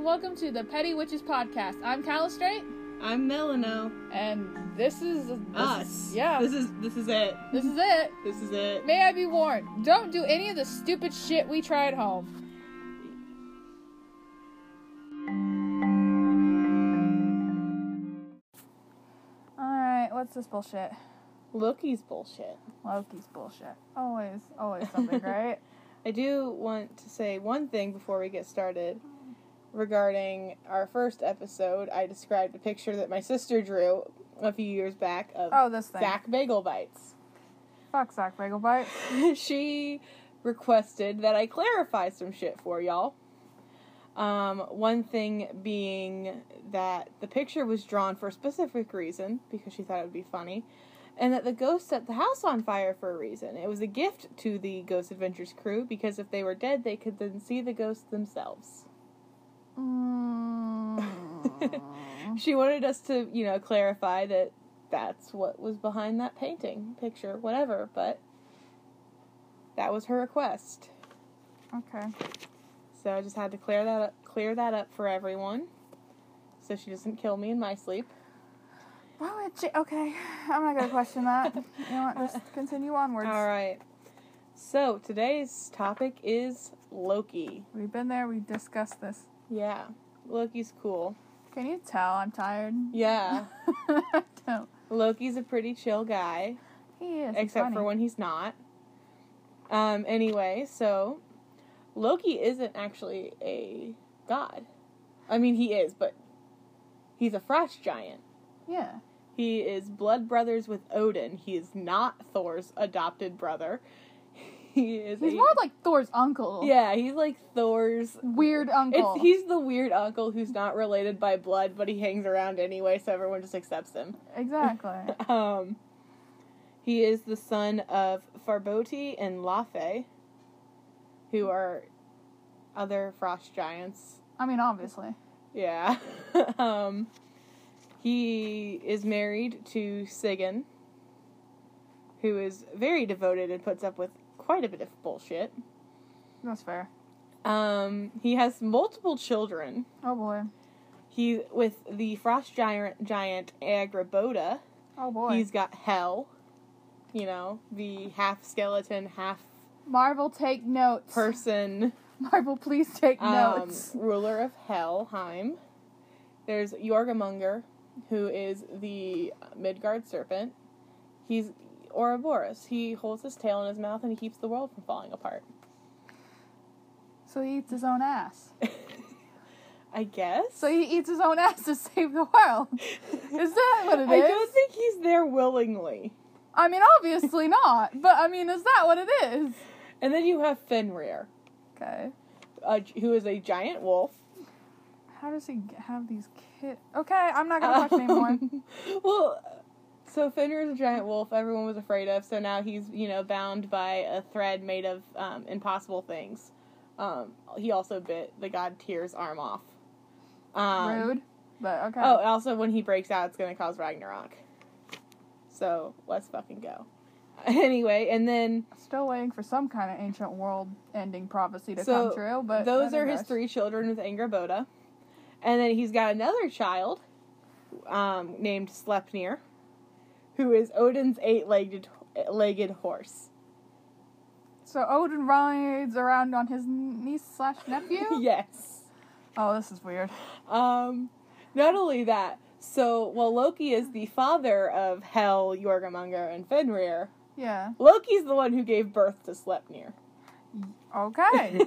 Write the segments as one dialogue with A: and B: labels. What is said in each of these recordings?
A: welcome to the Petty Witches podcast. I'm Calistrate,
B: I'm Melano.
A: and this is this is-
B: Us.
A: yeah.
B: This is this is it.
A: this is it.
B: This is it.
A: May I be warned, don't do any of the stupid shit we try at home. Alright, what's this bullshit?
B: Loki's bullshit.
A: Loki's bullshit. Always, always something, right?
B: I do want to say one thing before we get started regarding our first episode. I described a picture that my sister drew a few years back of
A: Oh, this thing.
B: Zach Bagel Bites.
A: Fuck Zach Bagel Bite.
B: she requested that I clarify some shit for y'all. Um, one thing being that the picture was drawn for a specific reason because she thought it would be funny, and that the ghost set the house on fire for a reason. It was a gift to the Ghost Adventures crew because if they were dead, they could then see the ghosts themselves.
A: Mm.
B: She wanted us to, you know, clarify that that's what was behind that painting, picture, whatever, but that was her request.
A: okay.
B: So I just had to clear that up, clear that up for everyone, so she doesn't kill me in my sleep.
A: Why would she? Okay, I'm not gonna question that. You know what? Just continue onwards.
B: All right. So today's topic is Loki.
A: We've been there. We've discussed this.
B: Yeah, Loki's cool.
A: Can you tell I'm tired?
B: Yeah,
A: I don't.
B: Loki's a pretty chill guy,
A: He is. he's
B: except for
A: funny.
B: when he's not. Um. Anyway, so Loki isn't actually a god. I mean, he is, but he's a frost giant.
A: Yeah.
B: He is blood brothers with Odin. He is not Thor's adopted brother. He is
A: He's
B: a-
A: more like Thor's uncle.
B: Yeah, he's like Thor's
A: Weird uncle.
B: It's he's the weird uncle who's not related by blood, but he hangs around anyway, so everyone just accepts him.
A: exactly.
B: Um He is the son of Farboti and Lafe, who are other frost giants.
A: I mean, obviously.
B: Yeah. um, he is married to Sigyn, who is very devoted and puts up with quite a bit of bullshit.
A: That's fair.
B: Um, he has multiple children.
A: Oh boy.
B: He with the frost giant giant Agrabota.
A: Oh boy.
B: He's got Hell, you know, the half skeleton, half
A: Marvel, take notes.
B: person
A: Marvel, please take
B: um,
A: notes.
B: ruler of Helheim. There's Jorgamunger, who is the Midgard serpent. He's Ouroboros. He holds his tail in his mouth and he keeps the world from falling apart.
A: So he eats his own ass.
B: I guess.
A: So he eats his own ass to save the world. Is that what it
B: I
A: is?
B: don't think he's there willingly.
A: I mean, obviously not. But I mean, is that what it is?
B: And then you have Fenrir,
A: Okay.
B: uh, who is a giant wolf.
A: How does he g- have these kids? Okay, I'm not gonna watch anymore.
B: Um, well, so Fenrir is a giant wolf everyone was afraid of, so now he's, you know, bound by a thread made of um, impossible things. Um, he also bit the god Tyr's arm off. Um,
A: Rude, but okay.
B: Oh, and also when he breaks out, it's going to cause Ragnarok. So let's fucking go. Anyway, and then
A: Still waiting for some kind of ancient world-ending prophecy to
B: So,
A: come true. But
B: those
A: I
B: are his
A: digress.
B: three children with Angerboda. And then he's got another child um, named Slepnir, who is Odin's eight-legged legged horse.
A: So Odin rides around on his niece slash nephew.
B: yes.
A: Oh, this is weird.
B: Um, not only that, so while Loki is the father of Hel, Jorgamunger, and Fenrir,
A: Yeah.
B: Loki's the one who gave birth to Slepnir.
A: Okay.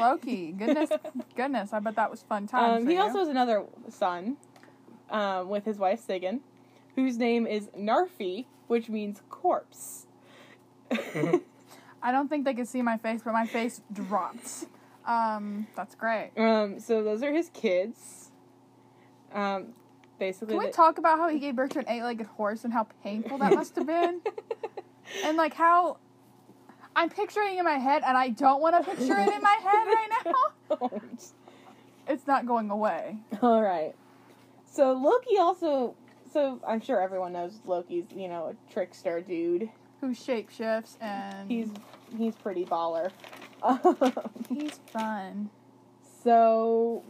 A: Loki. Goodness. Goodness. I bet that was fun times.
B: Um,
A: for
B: he
A: you.
B: also has another son um, with his wife Sigyn, whose name is Narfi, which means corpse.
A: Mm-hmm. I don't think they could see my face, but my face dropped. Um, that's great.
B: um, so those are his kids. Um, basically,
A: Can we
B: the-
A: talk about how he gave birth to an eight-legged horse and how painful that must have been? and like how I'm picturing it in my head, and I don't want to picture it in my head right now. It's not going away.
B: Oh, All right. So Loki also. So I'm sure everyone knows Loki's, you know, a trickster dude.
A: Who shapeshifts and
B: He's he's pretty Um, baller.
A: he's fun.
B: So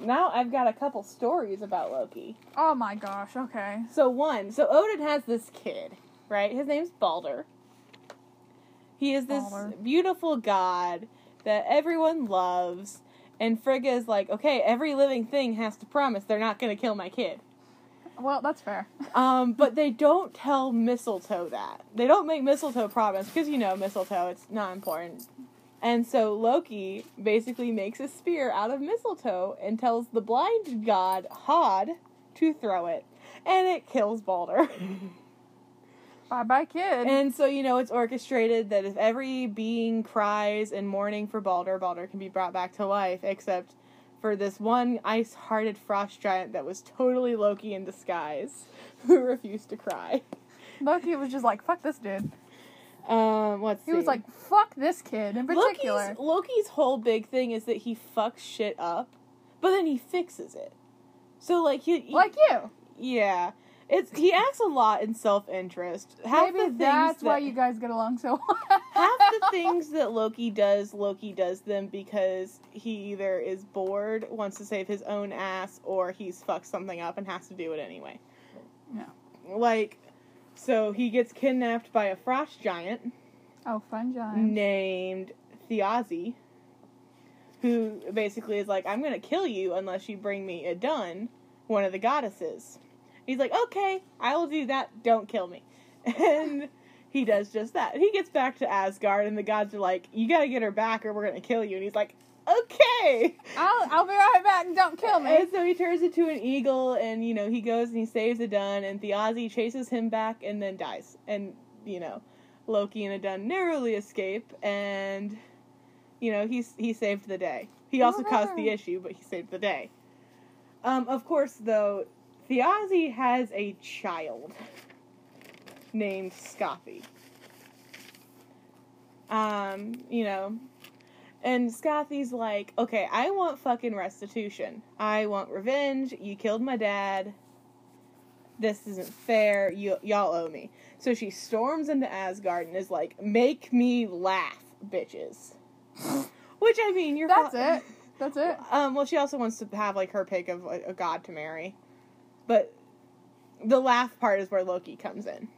B: Now I've got a couple stories about Loki.
A: Oh my gosh. Okay.
B: So one, so Odin has this kid, right? His name's Balder. He is this
A: Balder.
B: beautiful god that everyone loves, and Frigga is like, okay, every living thing has to promise they're not gonna kill my kid.
A: Well, that's fair.
B: Um, but they don't tell mistletoe that. They don't make mistletoe promise because you know mistletoe, it's not important. And so Loki basically makes a spear out of mistletoe and tells the blind god Hod to throw it. And it kills Balder.
A: Bye bye, kid.
B: and so, you know, it's orchestrated that if every being cries in mourning for Balder, Balder can be brought back to life, except for this one ice hearted frost giant that was totally Loki in disguise who refused to cry.
A: Loki was just like, fuck this dude.
B: Um, let's
A: He
B: see.
A: was like, fuck this kid in particular.
B: Loki's, Loki's whole big thing is that he fucks shit up, but then he fixes it. So like he, he-
A: like you.
B: yeah, it's he acts a lot in self interest. Half the
A: Maybe
B: things
A: that's
B: that,
A: why you guys get along so well.
B: half the things that Loki does, Loki does them because he either is bored, wants to save his own ass, or he's fucked something up and has to do it anyway.
A: Yeah.
B: Like, so he gets kidnapped by a frost giant.
A: Oh, fun John.
B: named Theazi, who basically is like, I'm gonna kill you unless you bring me a dun, one of the goddesses. He's like, okay, I will do that, don't kill me. And he does just that. He gets back to Asgard, and the gods are like, you gotta get her back or we're gonna kill you. And he's like, okay!
A: I'll, I'll be right back. Don't kill me.
B: And so he turns into an eagle, and you know he goes and he saves Adun, and Theazi chases him back, and then dies. And you know, Loki and Adun narrowly escape, and you know he's he saved the day. He also caused the
A: Hooray.
B: issue, but he saved the day. Um, of course, though, Theazi has a child named Scoffy. Um, you know, and Scothy's like, okay, I want fucking restitution. I want revenge. You killed my dad. This isn't fair. You y'all owe me. So she storms into Asgard and is like, make me laugh, bitches. Which I mean, you're
A: That's
B: fu-
A: it. That's it.
B: Um, well, she also wants to have like her pick of like, a god to marry, but the laugh part is where Loki comes in.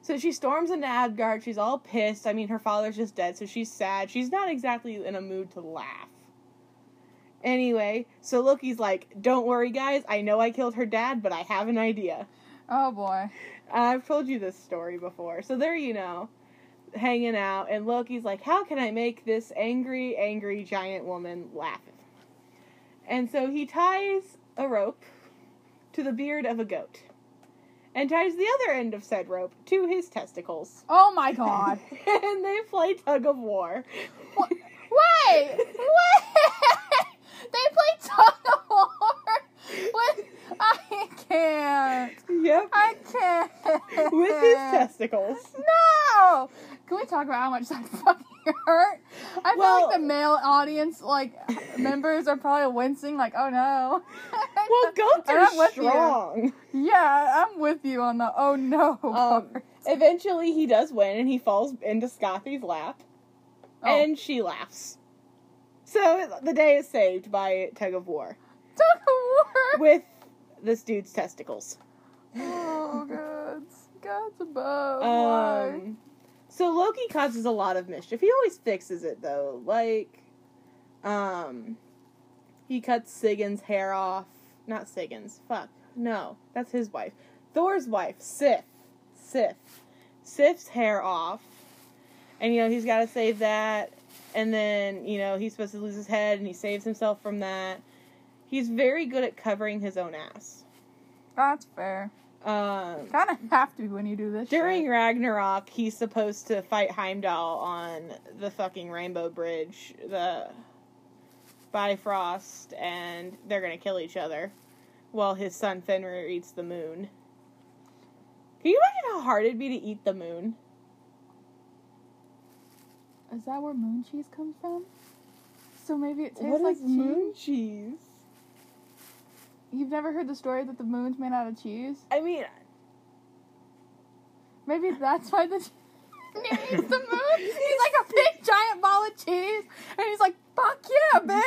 B: So she storms into Asgard. She's all pissed. I mean, her father's just dead, so she's sad. She's not exactly in a mood to laugh. Anyway, so Loki's like, "Don't worry, guys. I know I killed her dad, but I have an idea."
A: Oh boy.
B: I've told you this story before. So there you know, hanging out, and Loki's like, How can I make this angry, angry giant woman laugh? And so he ties a rope to the beard of a goat and ties the other end of said rope to his testicles.
A: Oh my god.
B: and they play tug of war.
A: Wait! Wait! they play tug of war with. I can't.
B: Yep.
A: I can't.
B: With his testicles.
A: No! Can we talk about how much that fucking hurt? I feel
B: Well-
A: like the male audience, like, members are probably wincing, like, oh no.
B: Well, goats
A: I'm
B: are
A: with
B: strong.
A: You. Yeah, I'm with you on the oh no.
B: Um,
A: part.
B: eventually, he does win, and he falls into Scotty's lap,
A: Oh.
B: and she laughs. So the day is saved by tug of war
A: Tug of war!
B: with this dude's testicles.
A: Oh, gods. Gods above. Why?
B: Um, so Loki causes a lot of mischief. He always fixes it though. Like, um, he cuts Sigyn's hair off. Not Sigyn's. Fuck. No, that's his wife. Thor's wife, Sif. Sif. Sif's hair off. And you know, he's got to save that. And then, you know, he's supposed to lose his head and he saves himself from that. He's very good at covering his own ass.
A: That's fair.
B: Um,
A: Kind of have to when you do this.
B: during
A: shit.
B: Ragnarok, he's supposed to fight Heimdall on the fucking Rainbow Bridge, the Bifrost, and they're gonna kill each other while his son Fenrir eats the moon. Can you imagine how hard it'd be to eat the moon?
A: Is that where moon cheese comes from? So maybe it tastes
B: What
A: like
B: is
A: cheese?
B: moon cheese?
A: You've never heard the story that the moon's made out of cheese?
B: I mean,
A: Maybe that's why the. He eats the moon. He's like a big giant ball of cheese, and he's like, "Fuck yeah, man!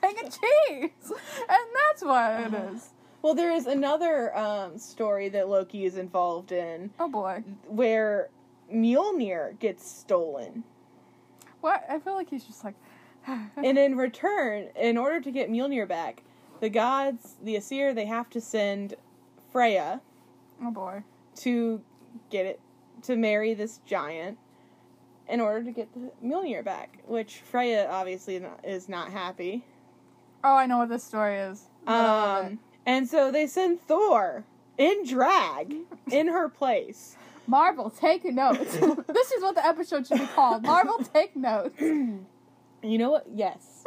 A: thing of cheese. And that's why it is.
B: Well, there is another um, story that Loki is involved in
A: Oh boy.
B: where Mjolnir gets stolen.
A: What? I feel like he's just like.
B: And in return, in order to get Mjolnir back, the gods, the Asir, they have to send Freya
A: oh boy.
B: to get it, to marry this giant in order to get the Mjolnir back, which Freya obviously not- is not happy.
A: Oh, I know what this story is.
B: Um, and so they send Thor in drag in her place.
A: Marvel, take notes. this is what the episode should be called. Marvel, take notes.
B: You know what? Yes.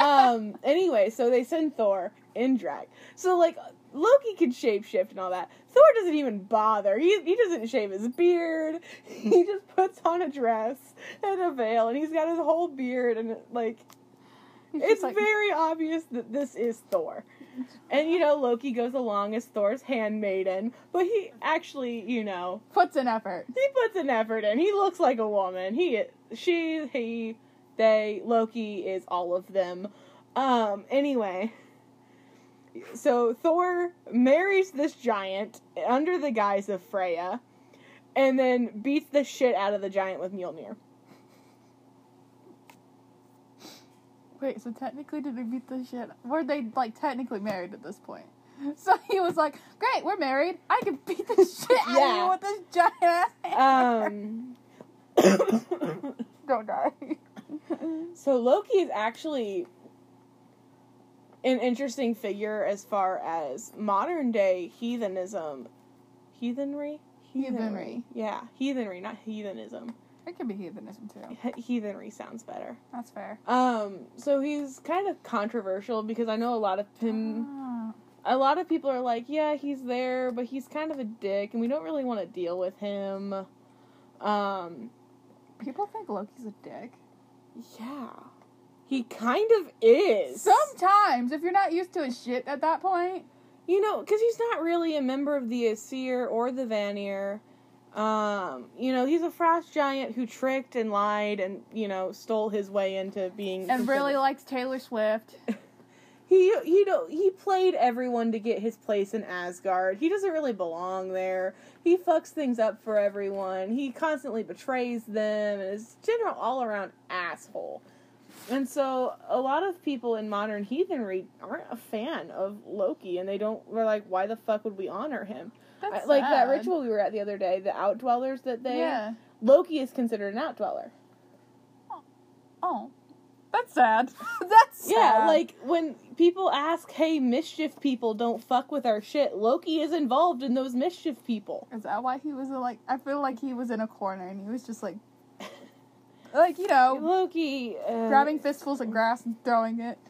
B: um. Anyway, so they send Thor in drag. So like Loki can shapeshift and all that. Thor doesn't even bother. He he doesn't shave his beard. He just puts on a dress and a veil, and he's got his whole beard and like. It's
A: like-
B: very obvious that this is Thor. And you know, Loki goes along as Thor's handmaiden, but he actually, you know,
A: Puts in effort.
B: he puts an effort in. He looks like a woman. He, she, he, they, Loki is all of them. Um. Anyway, so Thor marries this giant under the guise of Freya, and then beats the shit out of the giant with Mjolnir.
A: Wait, so technically, did they beat the shit? Were they like technically married at this point? So he was like, "Great, we're married. I can beat the shit out of
B: Yeah.
A: you with this giant." ass hammer."
B: Um.
A: Don't die.
B: so Loki is actually an interesting figure as far as modern day heathenism, heathenry,
A: Heathenry.
B: Yeah, heathenry, not heathenism.
A: It could be heathenism too.
B: He- heathenry sounds better.
A: That's fair.
B: Um, so he's kind of controversial because I know a lot of him.
A: Ah.
B: A lot of people are like, yeah, he's there, but he's kind of a dick, and we don't really want to deal with him. Um,
A: People think Loki's a dick.
B: yeah, he kind of is.
A: Sometimes, if you're not used to his shit at that point,
B: You know, because he's not really a member of the Asir or the Vanir. Um, you know, he's a frost giant who tricked and lied and, you know, stole his way into being.
A: and really
B: considered-
A: likes Taylor Swift.
B: He, you know, he played everyone to get his place in Asgard. He doesn't really belong there. He fucks things up for everyone. He constantly betrays them and is a general all around asshole. And so a lot of people in modern heathenry aren't a fan of Loki and they don't we're like, why the fuck would we honor him?
A: That's
B: like that
A: sad.
B: ritual we were at the other day, the outdwellers that they
A: Yeah.
B: Loki is considered an outdweller.
A: Oh, that's sad. that's sad.
B: Yeah, like when people ask, "Hey, mischief people, don't fuck with our shit." Loki is involved in those mischief people.
A: Is that why he was uh, like? I feel like he was in a corner and he was just like, like you know,
B: Loki uh,
A: grabbing fistfuls of grass and throwing it.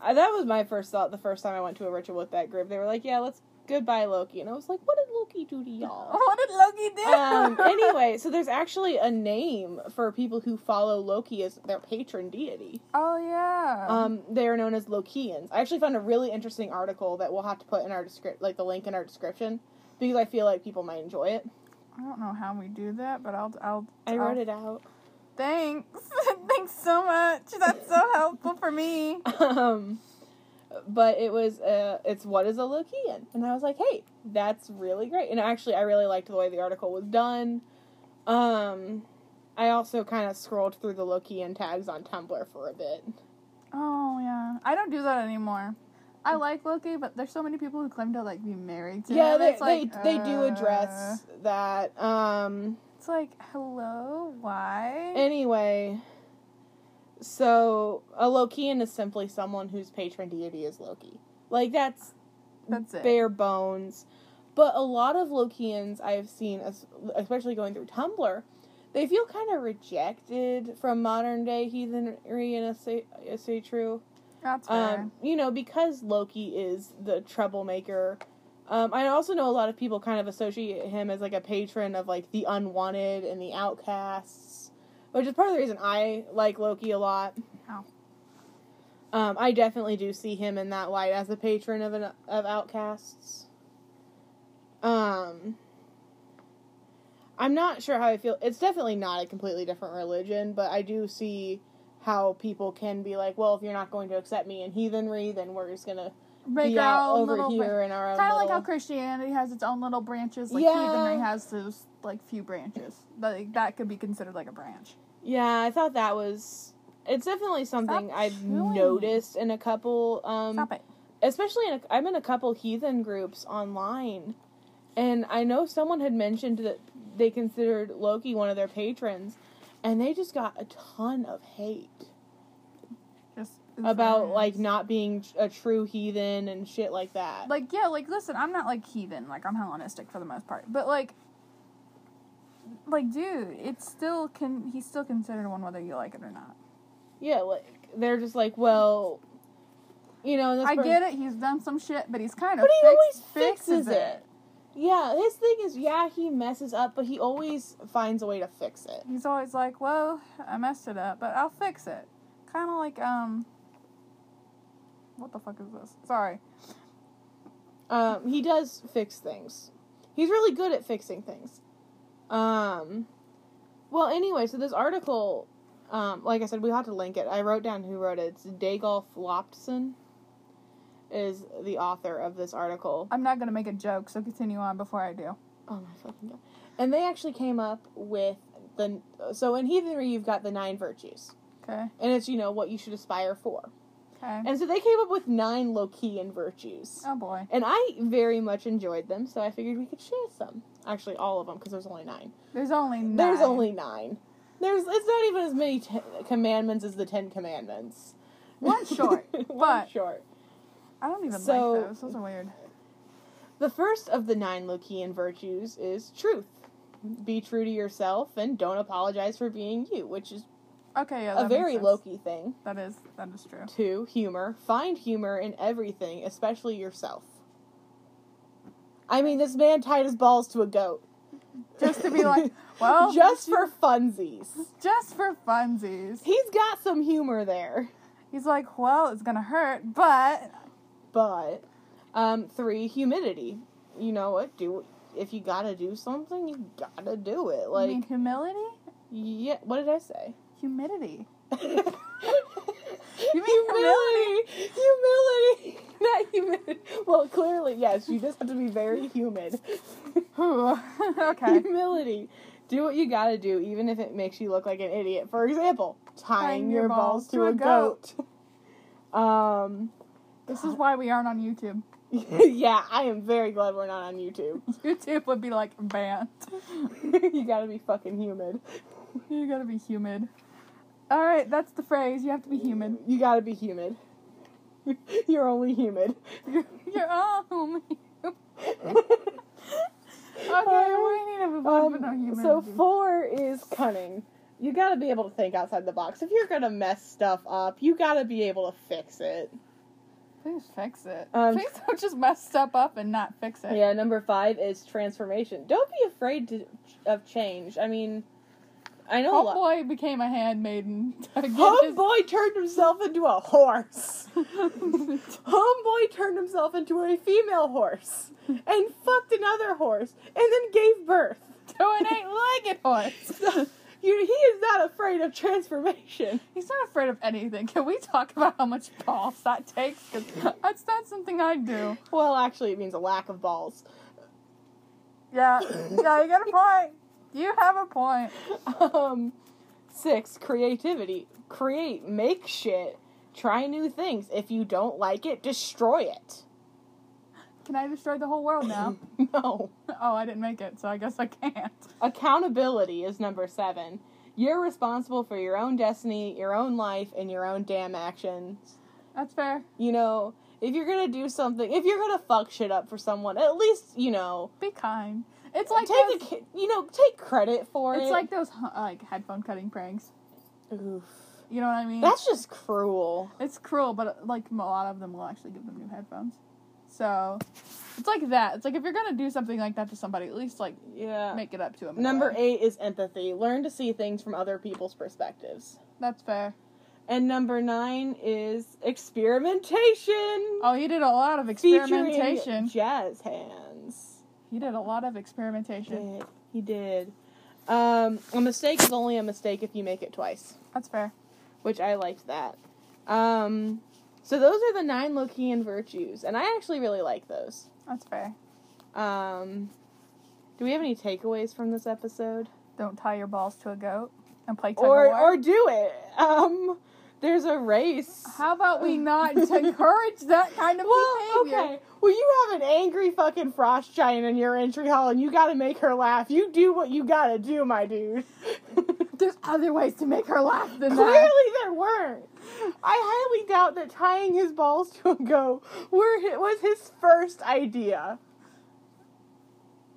B: I- uh, that was my first thought the first time I went to a ritual with that group. They were like, "Yeah, let's goodbye Loki," and I was like, "What did Loki do to y'all?"
A: What did Loki do?
B: um, anyway, so there's actually a name for people who follow Loki as their patron deity.
A: Oh yeah.
B: Um, they are known as Lokians. I actually found a really interesting article that we'll have to put in our descript, like the link in our description, because I feel like people might enjoy it. Um,
A: I don't know how we do that, but I'll I'll.
B: I wrote
A: I'll-
B: it out.
A: Thanks. Thanks so much. That's so helpful for me.
B: um, but it was uh, it's what is a Lokian, and I was like, hey, that's really great. And actually, I really liked the way the article was done. Um, I also kind of scrolled through the Lokian tags on Tumblr for a bit.
A: Oh yeah. I don't do that anymore. I like Loki, but there's so many people who claim to like be married to
B: yeah,
A: him.
B: they
A: It's like,
B: they, they
A: uh,
B: do address that. Um,
A: It's like, hello, why?
B: anyway, so a Lokian is simply someone whose patron deity is Loki. Like that's
A: That's it.
B: bare bones. But a lot of Lokians I've seen, es- especially going through Tumblr, they feel kind of rejected from modern day heathenry and Asa- Asatru.
A: That's fair.
B: Um, you know, because Loki is the troublemaker. Um, I also know a lot of people kind of associate him as like a patron of like the unwanted and the outcasts, which is part of the reason I like Loki a lot.
A: Ow.
B: Um, I definitely do see him in that light as a patron of an, of outcasts. Um, I'm not sure how I feel. It's definitely not a completely different religion, but I do see how people can be like, well, if you're not going to accept me in heathenry, then we're just gonna
A: Make
B: be
A: our
B: out
A: own
B: over
A: little
B: here in our own.
A: Kind of like how
B: little-
A: Christianity has its own little branches, like
B: Yeah.
A: heathenry has those like few branches. Like that could be considered like a branch.
B: yeah, I thought that was. It's definitely something
A: Stop
B: I've
A: chewing.
B: noticed in a couple. Um,
A: Stop it.
B: especially in a, I'm in a couple heathen groups online, and I know someone had mentioned that they considered Loki one of their patrons, and they just got a ton of hate
A: Just
B: about like
A: Yes.
B: not being a true heathen and shit like that.
A: like yeah like listen i'm not like heathen like i'm hellenistic for the most part but like like dude it's still can he's still considered one whether you like it or not
B: yeah, like they're just like, well, you know, this
A: i
B: per-
A: get it he's done some shit but he's kind of
B: but he
A: fixed,
B: always
A: fixes it
B: Yeah, his thing is, yeah, he messes up, but he always finds a way to fix it.
A: he's always like well i messed it up but i'll fix it kind of like um what the fuck is this sorry
B: Um, he does fix things. He's really good at fixing things. Um, well, anyway, so this article, um, like I said, we have to link it. I wrote down who wrote it. It's Dagolf Lopson is the author of this article.
A: i'm not gonna make a joke so continue on before i do
B: Oh my fucking god! And they actually came up with the so in heathenry you've got the nine virtues,
A: okay
B: and it's you know what you should aspire for.
A: okay
B: And so they came up with nine Lokian virtues.
A: oh boy
B: And I very much enjoyed them, so I figured we could share some. Actually, all of them, because there's only nine.
A: there's only nine.
B: There's only nine. There's it's not even as many ten, commandments as the Ten Commandments.
A: One short,
B: One
A: but-
B: short.
A: i don't even
B: So-
A: like those those are weird
B: The first of the nine Lokian virtues is truth. Be true to yourself and don't apologize for being you, which is
A: okay yeah
B: a
A: Oh, that makes
B: very
A: sense.
B: Loki thing.
A: That is that is true.
B: Two, humor. Find humor in everything, especially yourself. I mean, this man tied his balls to a goat.
A: Just to be like, "Oh, well,
B: just for funsies.
A: just for funsies.
B: He's got some humor there.
A: He's like, well, it's gonna hurt, but
B: But um three, humidity. You know what? Do if you gotta do something, you gotta do it.
A: I
B: Like
A: mean, humility,
B: yeah what did I say?
A: humidity.
B: you
A: mean
B: humility. Humility. Not humid. Well, clearly, yes, you just have to be very humid.
A: okay.
B: Humility. Do what you gotta do, even if it makes you look like an idiot. For example, tying, your, balls, to a, goat. um,
A: This is why we aren't on YouTube.
B: yeah, I am very glad we're not on YouTube.
A: YouTube would be like banned.
B: you gotta be fucking humid.
A: You gotta be humid. All right, that's the phrase. You have to be humid.
B: You gotta be humid. You're only humid.
A: You're all humid. Okay, we need a
B: Um,
A: but no humidity.
B: so four is cunning. You gotta be able to think outside the box. If you're gonna mess stuff up, you gotta be able to fix it.
A: please fix it.
B: Um,
A: please don't just mess stuff up and not fix it.
B: Yeah, number five is transformation. Don't be afraid to, of change. I mean, I know a lot.
A: Homeboy became a handmaiden. to get his-
B: Homeboy turned himself into a horse. Homeboy turned himself into a female horse and fucked another horse and then gave birth.
A: to an eight-legged horse.
B: So, you, he is not afraid of transformation.
A: He's not afraid of anything. Can we talk about how much balls that takes? 'Cause that's not something I do.
B: Well, actually, it means a lack of balls.
A: Yeah, yeah, you got a point. You have a point.
B: Um, six, creativity. Create, make shit, try new things. If you don't like it, destroy it.
A: Can I destroy the whole world now?
B: No.
A: Oh, I didn't make it, so I guess I can't.
B: Accountability is number seven. You're responsible for your own destiny, your own life, and your own damn actions.
A: That's fair.
B: You know, if you're gonna do something, if you're gonna fuck shit up for someone, at least you know,
A: Be kind. It's like
B: take
A: those,
B: a, ca- you know, take credit for it.
A: it's like those huh, like headphone cutting pranks.
B: Oof.
A: You know what I mean?
B: that's just cruel.
A: It's cruel, but like a lot of them will actually give them new headphones. So it's like that. It's like if you're gonna do something like that to somebody, at least like
B: Yeah.
A: make it up to them. in a
B: Uh, number
A: way.
B: eight is empathy. Learn to see things from other people's perspectives.
A: That's fair.
B: And number nine is experimentation.
A: Oh, he did a lot of
B: Featuring
A: experimentation.
B: Jazz hands.
A: He did a lot of experimentation.
B: did. He did. Um, a mistake is only a mistake if you make it twice,
A: That's fair.
B: which I liked that. Um, so those are the nine Lokian virtues, and I actually really like those.
A: That's fair.
B: Um, do we have any takeaways from this episode?
A: Don't tie your balls to a goat and play tug
B: Or
A: of war.
B: or do it. Um, there's a race.
A: How about we not encourage that kind of
B: well,
A: behavior?
B: okay. Well, you have an angry fucking frost giant in your entry hall, and you got to make her laugh. You do what you got to do, my dude.
A: There's other ways to make her laugh than that.
B: Clearly, there weren't. I highly doubt that tying his balls to a goat were hi- was his first idea.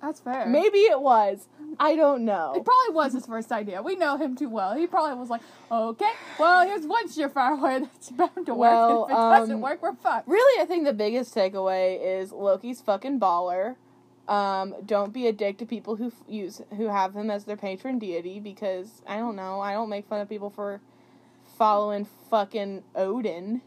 A: That's fair.
B: Maybe it was. I don't
A: It
B: know.
A: probably was his first idea. We know him too well. He probably was like, okay, well, here's one sheer firewire that's bound to work.
B: Well,
A: if it doesn't
B: um,
A: work, we're fucked.
B: Really, I think the biggest takeaway is Loki's fucking baller. Um, don't be a dick to people who f- use who have him as their patron deity because I don't know. I don't make fun of people for following fucking Odin.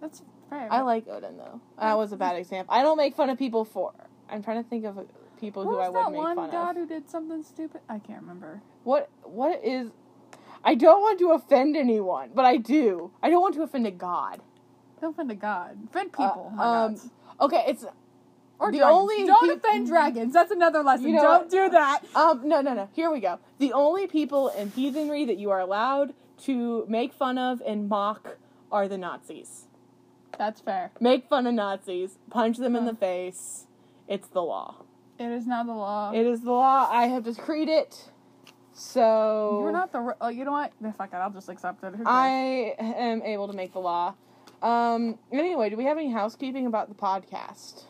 A: That's fair.
B: I like Odin though. That was a bad example. I don't make fun of people for. I'm trying to think of people
A: Who
B: who
A: was
B: I would
A: that
B: make
A: one
B: fun
A: god
B: of.
A: who did something stupid? I can't remember.
B: What what is I don't want to offend anyone, but I do. I don't want to offend a god.
A: Don't offend a god. Offend
B: Uh,
A: people. Oh my
B: um
A: gods.
B: okay, it's
A: or
B: the
A: dragons.
B: only
A: Don't
B: peop-
A: offend dragons. That's another lesson.
B: You know
A: Don't
B: what?
A: do that.
B: um no no no. Here we go. The only people in heathenry that you are allowed to make fun of and mock are the Nazis.
A: That's fair.
B: Make fun of Nazis, punch them in the face. It's the law.
A: It is now the law.
B: It is the law. I have decreed it. So
A: You're not the. r- Oh, you know what? Nah, Fuck it. I'll just accept it. Who cares?
B: I am able to make the law. Um, anyway, do we have any housekeeping about the podcast?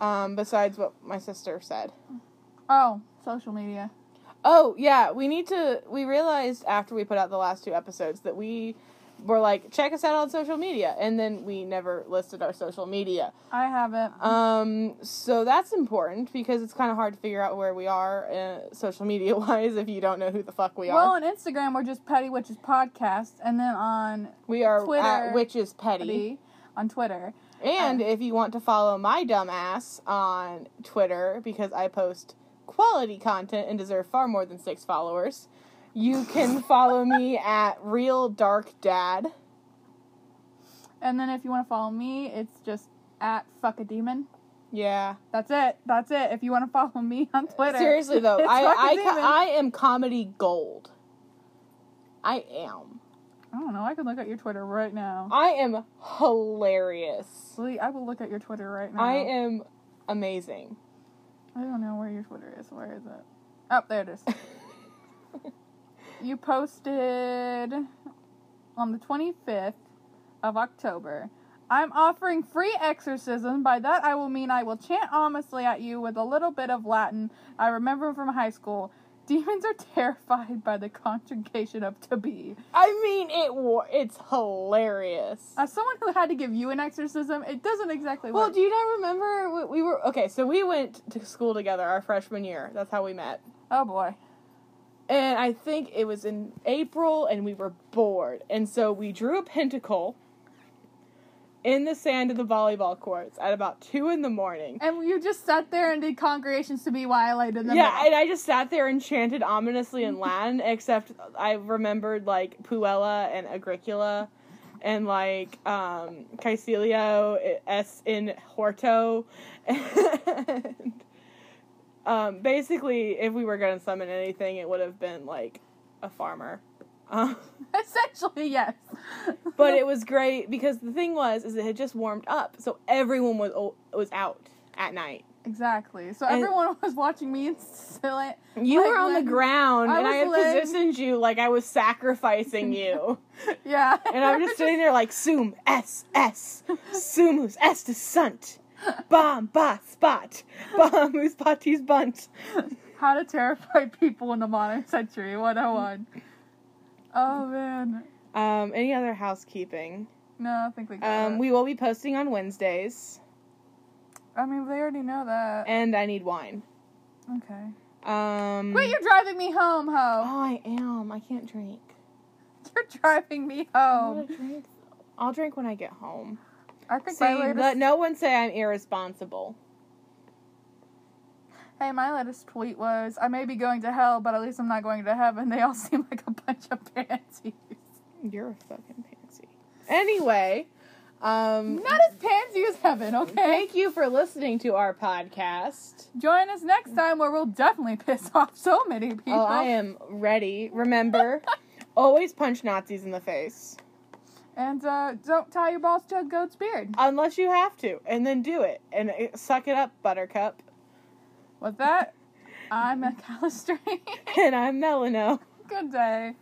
B: Um, besides what my sister said.
A: oh, social media.
B: Oh, yeah, we need to. We realized after we put out the last two episodes that we were like, check us out on social media, and then we never listed our social media.
A: I haven't.
B: Um, so that's important because it's kind of hard to figure out where we are uh, social media wise if you don't know who the fuck we
A: well,
B: are.
A: on Instagram, we're just Petty Witches Podcast, and then on
B: We are
A: Twitter- Um,
B: at Witches Petty.
A: on Twitter.
B: And if you want to follow my dumb ass on Twitter, because I post quality content and deserve far more than six followers, you can follow me at Real Dark Dad.
A: And then if you want to follow me, it's just at fuck a demon.
B: Yeah.
A: That's it. That's it. If you want to follow me on Twitter,
B: Seriously though,
A: uh, it's
B: I
A: Fuck a
B: I,
A: Demon.
B: ca- I am comedy gold. I am.
A: I don't know. I could look at your Twitter right now.
B: I am hilarious.
A: Lee, I will look at your Twitter right now.
B: I am amazing.
A: I don't know where your Twitter is. Where is it? Up there it is. you posted on the 25th of October. I'm offering free exorcism. By that, I will mean I will chant ominously at you with a little bit of Latin I remember from high school. Demons are terrified by the conjugation of to be.
B: I mean it wa- it's hilarious.
A: As someone who had to give you an exorcism, it doesn't exactly
B: Well,
A: work.
B: do you not remember what we were okay? So we went to school together our freshman year. That's how we met,
A: oh boy.
B: and I think it was in April, and we were bored, and so we drew a pentacle in the sand of the volleyball courts at about two in the morning.
A: And you just sat there and did congregations to be violated. in the
B: Yeah,
A: middle.
B: and I just sat there and chanted ominously in Latin, except I remembered like Puella and Agricola and like um Caecilio i- S in Horto. and um basically if we were gonna summon anything it would have been like a farmer. Um,
A: Essentially, yes.
B: but it was great because the thing was is it had just warmed up, so everyone was o- was out at night.
A: exactly. So
B: And-
A: everyone was watching me and silent.
B: You
A: like,
B: were on the
A: laying-
B: ground,
A: I
B: and I had
A: was laying-
B: positioned you like I was sacrificing you.
A: Yeah.
B: And I'm just sitting there like, Sum, S, S, Sumus, Est, Sunt, Bomb, Ba, Spot, Bomb, Patis, Bunt.
A: How to terrify people in the modern century 101. oh man.
B: Um, any other housekeeping?
A: No, I think we got
B: Um,
A: it.
B: we will be posting on Wednesdays,
A: I mean, they already know that.
B: and I need wine.
A: okay.
B: Um,
A: Wait, you're driving me home, ho.
B: Oh, I am. I can't drink.
A: You're driving me
B: I
A: home.
B: wanna drink. I'll drink when I get home.
A: I think
B: See,
A: my latest.
B: let no one say I'm irresponsible.
A: hey, my latest tweet was, "I may be going to hell, but at least I'm not going to heaven." They all seem like a bunch of pansies.
B: You're a fucking pansy. Anyway, um,
A: Not as pansy as heaven, okay?
B: thank you for listening to our podcast.
A: Join us next time where we'll definitely piss off so many people.
B: Oh, I am ready. Remember, always punch Nazis in the face.
A: And uh, don't tie your balls to a goat's beard.
B: Unless you have to, and then do it. And uh, suck it up, Buttercup.
A: With that, I'm McAllister.
B: And I'm Melano.
A: Good day.